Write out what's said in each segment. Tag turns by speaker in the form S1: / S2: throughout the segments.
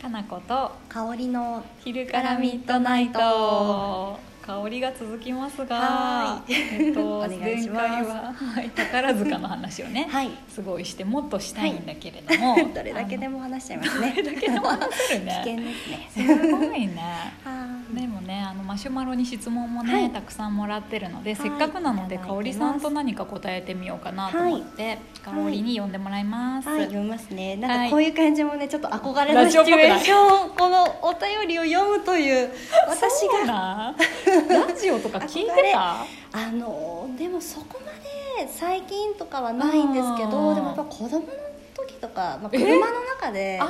S1: かなこと
S2: 香りの
S1: 昼からミッドナイト香りが続きますが
S2: は、
S1: えっ
S2: お
S1: と、
S2: 願い
S1: 前
S2: し
S1: 回
S2: ます
S1: は、はい、宝塚の話をね、
S2: はい
S1: すごいしてもっとしたいんだけれども、
S2: どれだけで
S1: も
S2: も話しちゃいますね
S1: どれだけでも 話せる
S2: 危険
S1: ね
S2: ですね
S1: すごいね
S2: はーい
S1: でもねあのマシュマロに質問もね、
S2: はい
S1: たくさんもらってるので、
S2: はい
S1: せっかくなので
S2: いただいてます
S1: 香織さんと何か答えてみようかなと思って、香織に呼んでもらいます、
S2: はい、読みますね。な
S1: は
S2: ん
S1: い
S2: かこういう感じもね、ちょっと憧れ
S1: ラ
S2: の
S1: ジオ
S2: シ
S1: っぽく
S2: チュエ
S1: ない
S2: ーション、このお便りを読むという、私
S1: そう
S2: が、
S1: な ラジオとか聞いてた
S2: あのーでもそこまで最近とかはないんですけ
S1: あ
S2: ど、
S1: ー
S2: でもやっぱ子供の時とか、まあ、
S1: え
S2: 車の中で、あ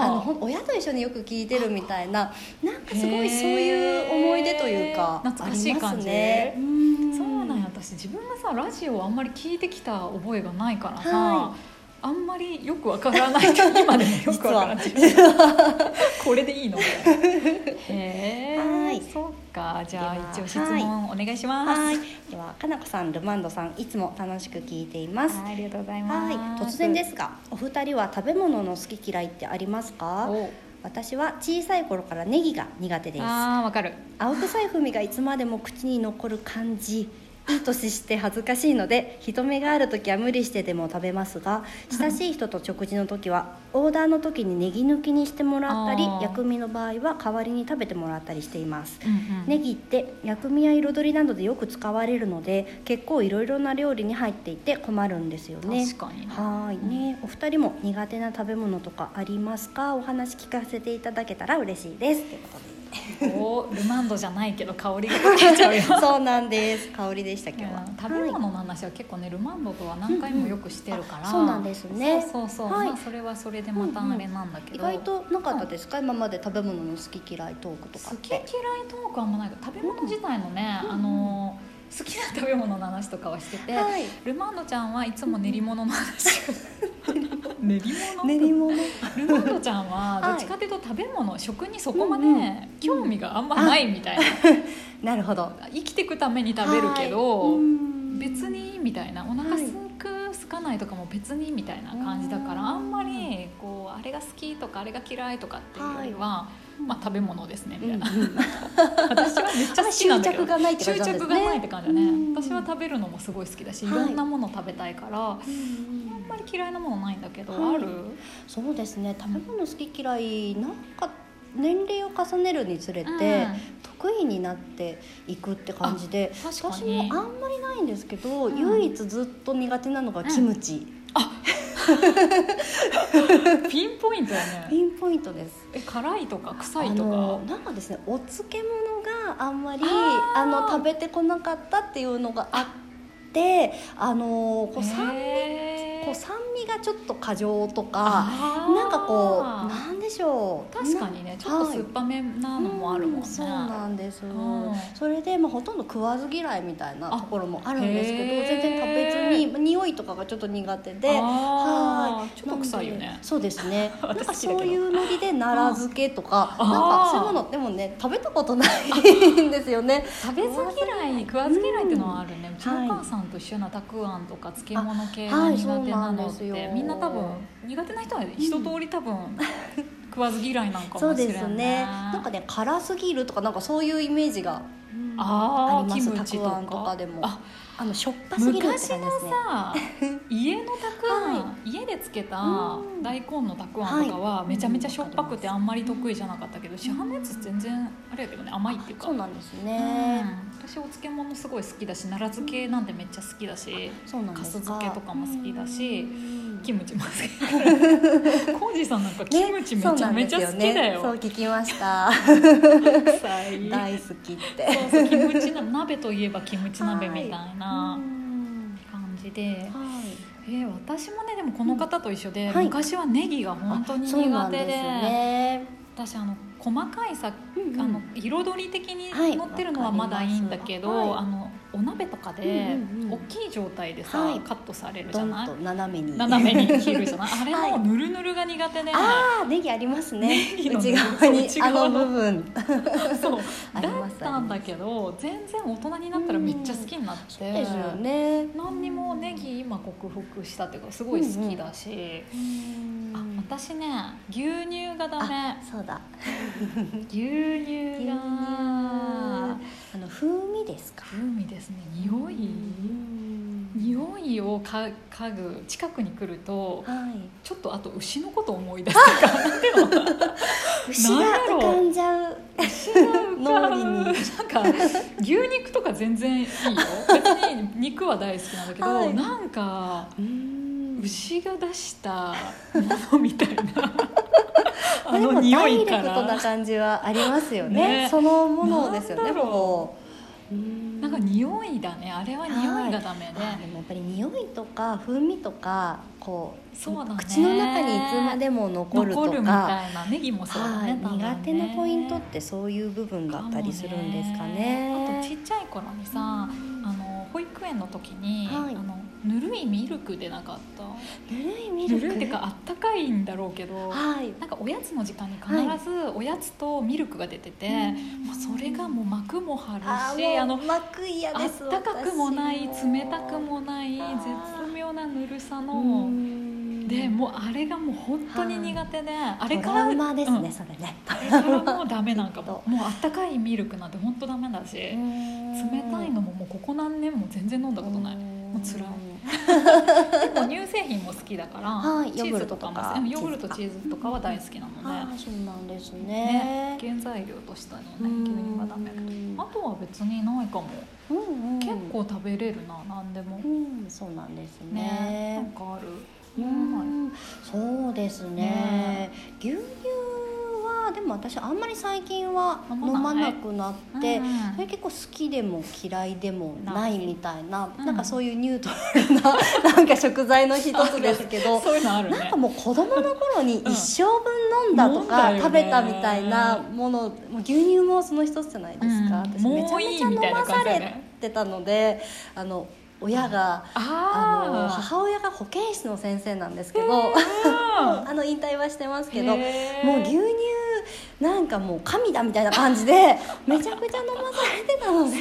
S2: の
S1: あ
S2: ほん親と一緒によく聞いてるみたいな、なん
S1: あ
S2: かすごいそういう思い出というか、
S1: 懐かしい感じ、
S2: ありますね。
S1: そうなんや私自分がさラジオあんまり聞いてきた覚えがないからさ、
S2: は
S1: あんまりよくわからない今でも よくわからないこれでいいのみたいな
S2: は
S1: へえ
S2: い
S1: そっかじゃあ
S2: では
S1: 一応質問お願いします
S2: はい、では、かなこさん、ルマンドさん、いつも楽しく聞いています。
S1: はいありがとうござい
S2: はい、
S1: ます
S2: 突然ですが、お二人は食べ物の好き嫌いってありますか？
S1: お
S2: 私は小さい頃からネギが苦手です。
S1: あーわかる
S2: 青臭い風味がいつまでも口に残る感じ。いい年して恥ずかしいので人目がある時は無理してでも食べますが親しい人と食事の時はオーダーの時にネギ抜きにしてもらったり
S1: あー
S2: 薬味の場合は代わりに食べてもらったりしています
S1: うんうん
S2: ネギって薬味や彩りなどでよく使われるので結構いろいろな料理に入っていて困るんですよね
S1: 確かにね
S2: はいね、お二人も苦手な食べ物とかありますかお話聞かせていただけたら嬉し いですということ
S1: おルマンドじゃないけど香 りがかけちゃうよ
S2: でそうなんです香りでした今日は、
S1: うん食べ物の話は結構ねルマンドとは何回もよくしてるから、
S2: うんうんあそうなんですね
S1: そうそうそう、
S2: はい
S1: まあそれはそれでまたあれなんだけ
S2: 意
S1: ど、
S2: 外となかったですか、今まで食べ物の好き嫌いトークとか
S1: 好
S2: っ
S1: き嫌
S2: て
S1: いトークはあんまないけど食べ物自体のね、
S2: うん
S1: あの好きな食べ物の話とかはしてて、
S2: はい
S1: ルマンドちゃんはいつも練り物の話を練り物
S2: 練り物
S1: ルマンドちゃんは
S2: はい
S1: どっちかというと食べ物、食にそこまで
S2: うんう
S1: 興味があんまないみ たいな、
S2: なるほど
S1: 生きていくために食べるけど、
S2: はいうん
S1: 別にみたいなお腹
S2: はい
S1: すくすかないとかも別にみたいな感じだから、
S2: うん
S1: あんまりこうあれが好きとかあれが嫌いとかっていうよりは、まあ、食べ物ですねみたいな、
S2: うんうん
S1: 私はめっちゃ好きなんだけ ど
S2: 執着がないって感じなん
S1: 執
S2: ですね
S1: 着がないって感じだね、
S2: うん
S1: 私は食べるのもすごい好きだしい
S2: は
S1: ろ
S2: い
S1: んなもの食べたいから、あんまり嫌いなものないんだけど、
S2: はい
S1: ある
S2: そうですね食べ物好き嫌いなんか年齢を重ねるにつれて、得意になっていくって感じで
S1: あ確か
S2: 私も
S1: に
S2: あんまりないんですけど、
S1: ん
S2: 唯一ずっと苦手なのがキムチ、
S1: うんピンポイントだね
S2: ピンポイントです
S1: え辛いとか
S2: あ
S1: 臭いと
S2: の
S1: か
S2: なんかですねお漬物があんまり
S1: あー
S2: あの食べてこなかったっていうのがあってあのこう酸,、
S1: へー
S2: こう酸味がちょっと過剰とか
S1: あー
S2: なんかこうなんでしょう
S1: 確かにねちょっと酸っぱめなのもあるもんね、
S2: そうなんです、
S1: ん
S2: それで、まあ、ほとんど食わず嫌いみたいなところもあるんですけ
S1: へー
S2: ど全然食べずにまあ匂いとかがちょっと苦手で
S1: あー
S2: はい
S1: ちょっと臭いよ
S2: なん
S1: ね
S2: でそうですねなん
S1: 私
S2: か
S1: だけど
S2: そういうのりで奈良漬けとか
S1: あー
S2: なんかそういうものでもね食べたことないんです よね
S1: 食べず嫌い食わず嫌いってのはあるね、うちの
S2: はい
S1: お母さんと一緒なたくあんとか漬物系
S2: あ
S1: が
S2: はい
S1: 苦手なのって、
S2: そうなんですよ
S1: みんな多分苦手な人は一通り多分、食わず嫌いなんか
S2: そう
S1: もしれん
S2: ですねなんかね辛すぎるとかなんかそういうイメージがうん
S1: あー
S2: ありま
S1: キ
S2: す
S1: ム
S2: た
S1: チ
S2: く
S1: とか
S2: あんとかでも
S1: あ
S2: あのしょっぱすぎるって感じです
S1: 昔
S2: ね
S1: のさ、家のたくあん、
S2: は
S1: 家でつけた
S2: うん
S1: 大根のたくあんとかは
S2: はい
S1: めちゃめちゃしょっぱくてあんまり得意じゃなかったけど市販のやつ全然あれやけどね甘いっていうか
S2: そうなんです
S1: う
S2: ね、
S1: ん私お漬物すごい好きだし奈良漬けなんてめっちゃ好きだし、
S2: そうなんです
S1: 粕漬けとかも好きだし
S2: うん
S1: キムチも 好きだからコージーさんなんかキムチめちゃめちゃ好きだよ,、
S2: そうなんですよね、そう聞きました
S1: 臭い
S2: 大好きって
S1: そうそうキムチな鍋といえばキムチ鍋みたいな
S2: うん
S1: 感じで、
S2: はい
S1: えー私もねでもこの方と一緒で、
S2: はい
S1: 昔はネギが本当に
S2: あそうな
S1: 苦
S2: ん
S1: 手で
S2: ですね
S1: 私あの細かいさ、
S2: うんうん
S1: あの彩り的に
S2: はい
S1: 乗ってるのはまだいいんだけど、
S2: わかりますはい
S1: あのお鍋とかで
S2: うんうんうん
S1: 大きい状態でさ、
S2: はい
S1: カットされるじ
S2: ド
S1: ゃ
S2: ン
S1: ない
S2: と斜めに
S1: 斜めに切るじゃないあれ
S2: は
S1: も
S2: いう
S1: ぬるぬるが苦手で、
S2: ああネギありますね
S1: ネギの
S2: 内側に
S1: 内
S2: あ
S1: 側
S2: の
S1: の
S2: 部分
S1: そう
S2: あ
S1: だ
S2: ります
S1: ったんだけど全然大人になったらめっちゃ好きになって、
S2: ですよね
S1: 何にもネギ今克服したっていうかすごい好きだし、あ私ね牛乳がダメ
S2: そうだ
S1: 牛乳
S2: 牛乳
S1: が
S2: あの風味ですか
S1: 風味ですね匂い、匂いをか嗅ぐ近くに来ると
S2: はい
S1: ちょっとあと牛のこと思い出すとかなんていうの
S2: 牛が浮かんじゃう
S1: 牛が浮かぶ
S2: 脳裏に
S1: なんか牛肉とか全然いいよ別に肉は大好きなんだけど、
S2: はい
S1: なんか
S2: うん
S1: 牛が出したものみた いなあ
S2: で
S1: の
S2: も
S1: 匂
S2: ダ
S1: い
S2: イ
S1: か
S2: レクトな
S1: ら
S2: 感じはありますよね
S1: ね
S2: そのものですよ
S1: な
S2: ね
S1: んだろう
S2: ほぼうん
S1: なんか匂いだねあれは匂いがダメで、
S2: あーでもやっぱり匂いとか風味とかこう
S1: そうだね
S2: 口の中にいつまでも残ると
S1: 残るみ
S2: か
S1: たいなネギもそうだ
S2: はい
S1: ね多分ね
S2: 苦手なポイントってそういう部分だったりするんですかね。
S1: かもねあとちっちゃい頃にさあの保育園の時に、
S2: はい
S1: あのぬるいミルクでなかった
S2: ぬるいミル
S1: ぬ
S2: ク
S1: るいってかあったかいんだろうけど
S2: はい。
S1: なんかおやつの時間に必ずおやつとミルクが出てて、もうそれがもう膜も張る
S2: あ
S1: し
S2: ー
S1: あ
S2: もう
S1: の
S2: 膜嫌
S1: あ
S2: で
S1: っ
S2: す。
S1: たかくもない
S2: 私も
S1: 冷たくもない
S2: あー
S1: 絶妙なぬるさ
S2: う
S1: の
S2: ん
S1: でもうあれがもう本当に苦手であれから
S2: トラウマですね、
S1: うん
S2: それね。
S1: あれからもうダメなんかも
S2: きっ
S1: もうあったかいミルクなんて本当ダメだし冷たいのももうここ何年も全然飲んだことないで
S2: も
S1: う辛いも乳製品も好きだから、
S2: はい
S1: チーズとかも好きヨー
S2: ヨーグ
S1: グ
S2: ル
S1: ルト
S2: トとか
S1: チーズとかは大好きなので、
S2: ああそうなんです
S1: ね
S2: ね。
S1: 原材料としてのね
S2: うん
S1: 牛乳はダメだけどあとは別にないかも、
S2: うんうん
S1: 結構食べれるな何でも
S2: うんそうなんです
S1: ね
S2: ね
S1: なんかある
S2: うんそうですね
S1: ね
S2: 牛乳はでも私あんまり最近は
S1: 飲
S2: 飲
S1: ま
S2: ま
S1: ない
S2: なくなって
S1: うん
S2: それ結構好きでも嫌いでもないみたいな
S1: うん
S2: なんかそういうニュートラルななんか食材の一つですけど
S1: そういうのあるね
S2: なんかもう子供の頃に
S1: うん
S2: 一生分飲んだと
S1: 飲んだよ
S2: か
S1: ね
S2: 食べたみたいなものもう牛乳もその一つじゃないですか
S1: うん
S2: 私めち
S1: も
S2: ゃ
S1: うい
S2: め
S1: い
S2: ちゃ飲
S1: みたいな
S2: ま
S1: 感
S2: さ
S1: じだよね
S2: れてたのであの親があの
S1: あ
S2: 母親が保健室の先生なんですけど、
S1: あ
S2: あの引退はしてますけどもう
S1: へー
S2: 牛乳なんかもう神だみたいな感じ でめちゃくちゃ飲まされてたので
S1: そ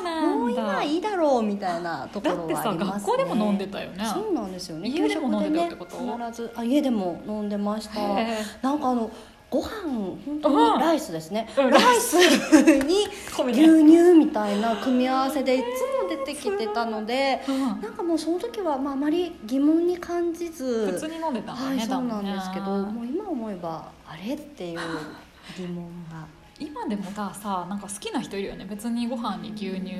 S1: うなんだ
S2: もう今いいだろうみたいなとこ
S1: だ
S2: ろ
S1: って
S2: はあ
S1: さ、
S2: ります
S1: 学
S2: ね
S1: 校でも飲んでたよね
S2: そうなんですよね
S1: 家でも飲んでたって
S2: 給
S1: こと
S2: 食でね必ずあ家でも飲んでました
S1: へー
S2: なんかあのご飯本当
S1: うん
S2: にライスですね、
S1: うん
S2: ライスに
S1: 米
S2: 牛
S1: ね
S2: 乳みたいな組み合わせでいつも出てきてたので
S1: うん
S2: なんかもうその時は、まあ、あまり疑問に感じず
S1: 普通に飲んでたんだ
S2: は
S1: ね、
S2: い、そ
S1: 多
S2: うな
S1: 分
S2: ん
S1: ね
S2: ですけどもう今思えばあれっていう疑問が
S1: 今でもささなんか好きな人いるよね別にご飯に牛乳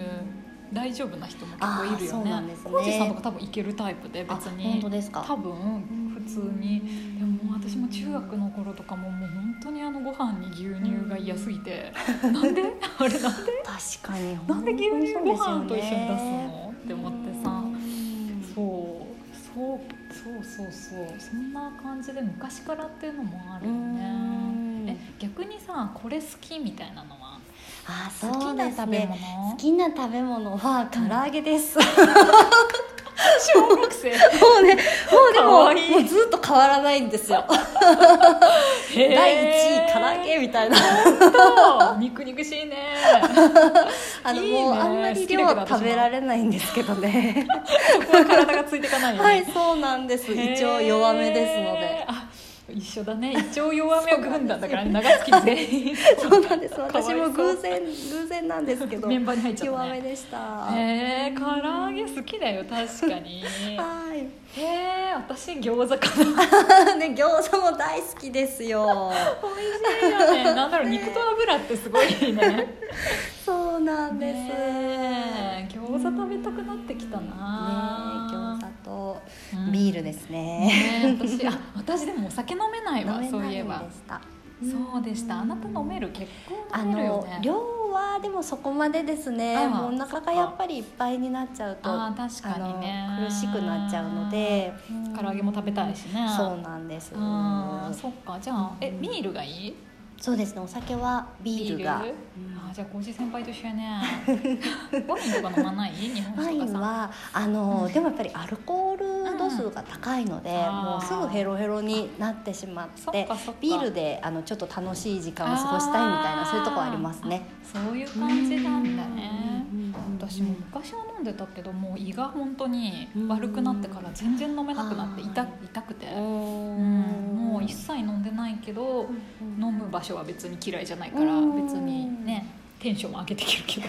S1: 大丈夫な人も結構いる
S2: あーそ
S1: よ
S2: うなんで
S1: ね
S2: すね
S1: 浩二さんとか多分いけるタイプで 別
S2: あ本
S1: に
S2: 当ですか
S1: 多分普通にでももう私も中学の頃とかももう本当にあのご飯に牛乳が嫌すぎ てなんであれなんで
S2: 確かに
S1: なんで牛乳ご飯と一緒に出す
S2: っ
S1: のって思ってさそうそうそうそうそうそんな感じで昔からっていうのもあるよ
S2: うん
S1: ねえ逆にさこれ好きみたいなのは
S2: あそ
S1: 好き
S2: う
S1: な
S2: です
S1: 食べ
S2: ね
S1: 物
S2: 好きな食べ物は唐揚げ です、
S1: 小学生
S2: もうねもうで
S1: か
S2: も
S1: わいい
S2: もうずっと変わらないんですよ第1位唐揚げみたいな
S1: と肉肉しいね
S2: あの
S1: いいね
S2: もうあんまり
S1: 好きだ
S2: 量
S1: けど
S2: は食べられないんですけどね
S1: そこは体がついていかないよね、
S2: はいそうなんです
S1: へー
S2: 一応弱めですので
S1: あ一緒だね一応弱めを軍団だからね長月全員
S2: そうなんです。
S1: わいそ
S2: 私
S1: う
S2: も偶然偶然なんですけど、
S1: メンバーに入っちゃった
S2: 弱
S1: ね
S2: めでした。
S1: へえ唐揚げ好きだよ確かに
S2: は。
S1: へえ私餃子かない
S2: ね餃子も大好きですよ。
S1: 美味しいよね なんだろう肉と油ってすごいね
S2: そうなんです。
S1: ねえ餃子食べたくなってきた
S2: ね
S1: な
S2: 餃子と
S1: うん
S2: ビールですね。
S1: ねえ私あ私でもお酒飲めないわ
S2: 飲め
S1: そう
S2: ない
S1: いえ
S2: で
S1: ば
S2: した。
S1: そうでしたあなた飲める結構
S2: あ
S1: 飲めるよ
S2: の
S1: ね
S2: 量はでもそこまでですね
S1: あ
S2: もうお腹がやっぱりいっぱいになっちゃうと
S1: あー確かにね
S2: あの苦しくなっちゃうので
S1: 唐揚げも食べたいしね
S2: そうなんです
S1: あーそっかじゃあえビールがいい
S2: そうですねお酒はビールがうん
S1: あーじゃあ浩二先輩と一緒や ねワインとか飲まない日本
S2: ワイ
S1: 酒と
S2: ン
S1: かさ
S2: はあの、
S1: うん
S2: でもやっぱりアルコール度数が高いので、
S1: うん
S2: もうすぐヘロヘロになってしま
S1: そ
S2: っ
S1: ってかそっか
S2: ビールであのちょっと楽しい時間を過ごしたいみたいなそういうとこありますね。
S1: そういう感じなんだね
S2: うん。
S1: 私も昔は飲んでたけどもう胃が本当に悪くなってから全然飲めなくなって
S2: うん
S1: 痛痛くて、うん、も
S2: も
S1: う一切飲んでないけど飲む場所は別に嫌いじゃないから
S2: うん
S1: 別にねテンションも上げてきるけど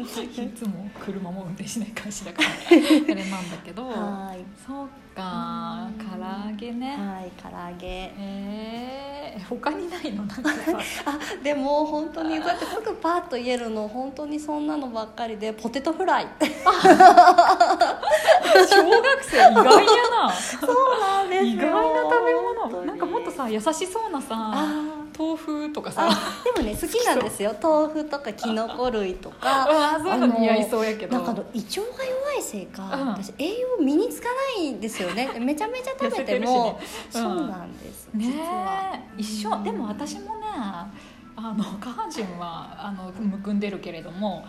S1: いつも車も運転しない感じだからあれなんだけど
S2: はい
S1: そうか
S2: うん
S1: 唐揚げね
S2: はい唐揚げ。
S1: えー、他にないのなんか さ
S2: あでも本当にこうやってすぐパッと言えるの本当にそんなのばっかりでポテトフライ
S1: 小学生意外やな
S2: そうなんで
S1: 意外な食べ物なんかもっとさ優しそうなさ
S2: あー
S1: 豆腐とかさ
S2: あでもね好きなんですよ豆腐とかきのこ類とか
S1: ああそういう
S2: あ
S1: の
S2: の
S1: 似合いそうやけど
S2: なんかあの胃腸が弱いせいか、
S1: うん
S2: 私栄養身につかないんですよ ねめちゃめちゃ食べて
S1: 痩せて
S2: も
S1: るしね
S2: そ
S1: うん
S2: うなんです、
S1: ね
S2: 実は
S1: え一緒でも私もねあの下半身はあのむくんでるけれども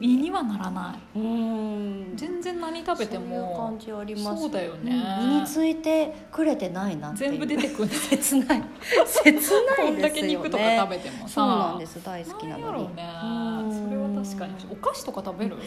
S1: 胃にはならないう
S2: ーん
S1: 全然何食べても
S2: そういう感じあります
S1: そうだよね
S2: うん身についてくれてないなっていう
S1: 全部出てくる
S2: 切ない切な
S1: こ
S2: い
S1: ん
S2: で
S1: だ
S2: す
S1: け
S2: よね
S1: 肉とか食べてもさ
S2: そうなんです大好きな
S1: なんや
S2: の
S1: ろ
S2: に
S1: うね
S2: うん
S1: それは確かにお菓子とか食べる
S2: 食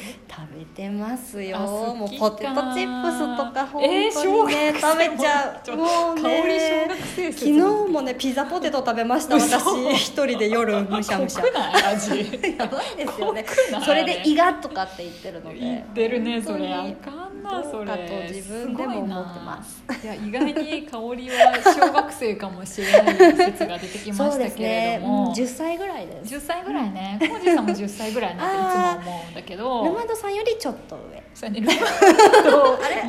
S2: べてますよ
S1: あ好きか
S2: もうポテトチップスとか本当に
S1: え
S2: ね、
S1: ー小学生
S2: 食べちゃ
S1: ちょ
S2: う
S1: っと
S2: もう
S1: 香り小
S2: ね
S1: 学生説
S2: 昨日もねピザポテト食べました
S1: 嘘
S2: 私一人で夜むしゃむしゃ
S1: 濃くない味
S2: やばいですよね
S1: 濃くない
S2: それで胃がとかって言ってるので
S1: 言ってるねそれあ
S2: 本当に
S1: かんなそれ
S2: どうかと自分でも思ってます
S1: ごいないや意外に香りは小学生かもしれない説が出てきま
S2: そう
S1: し
S2: で
S1: た
S2: す
S1: けれ
S2: ね、
S1: ど
S2: う
S1: も、
S2: ん、10歳ぐらいです
S1: 10歳ぐらいね浩二さんも10歳ぐらいになっていつも思うんだけ
S2: ル
S1: ど
S2: マンドさんよりちょっと上
S1: そうねル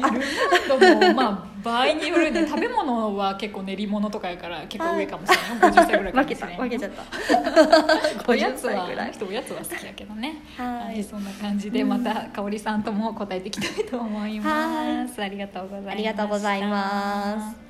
S1: マンドルマンドもまあ場合によるね食べ物は結構練り物とかやから結構上かもしれない、50歳ぐらいかもし
S2: 負け
S1: れ
S2: た
S1: ない
S2: 負けちゃっ た
S1: おやつは
S2: 50歳ぐらい
S1: おやつは好きやけどね
S2: は
S1: はい
S2: い
S1: そんな感じでまた香織さんとも答えていきたいと思います、ありがとうございました
S2: ありがとうございます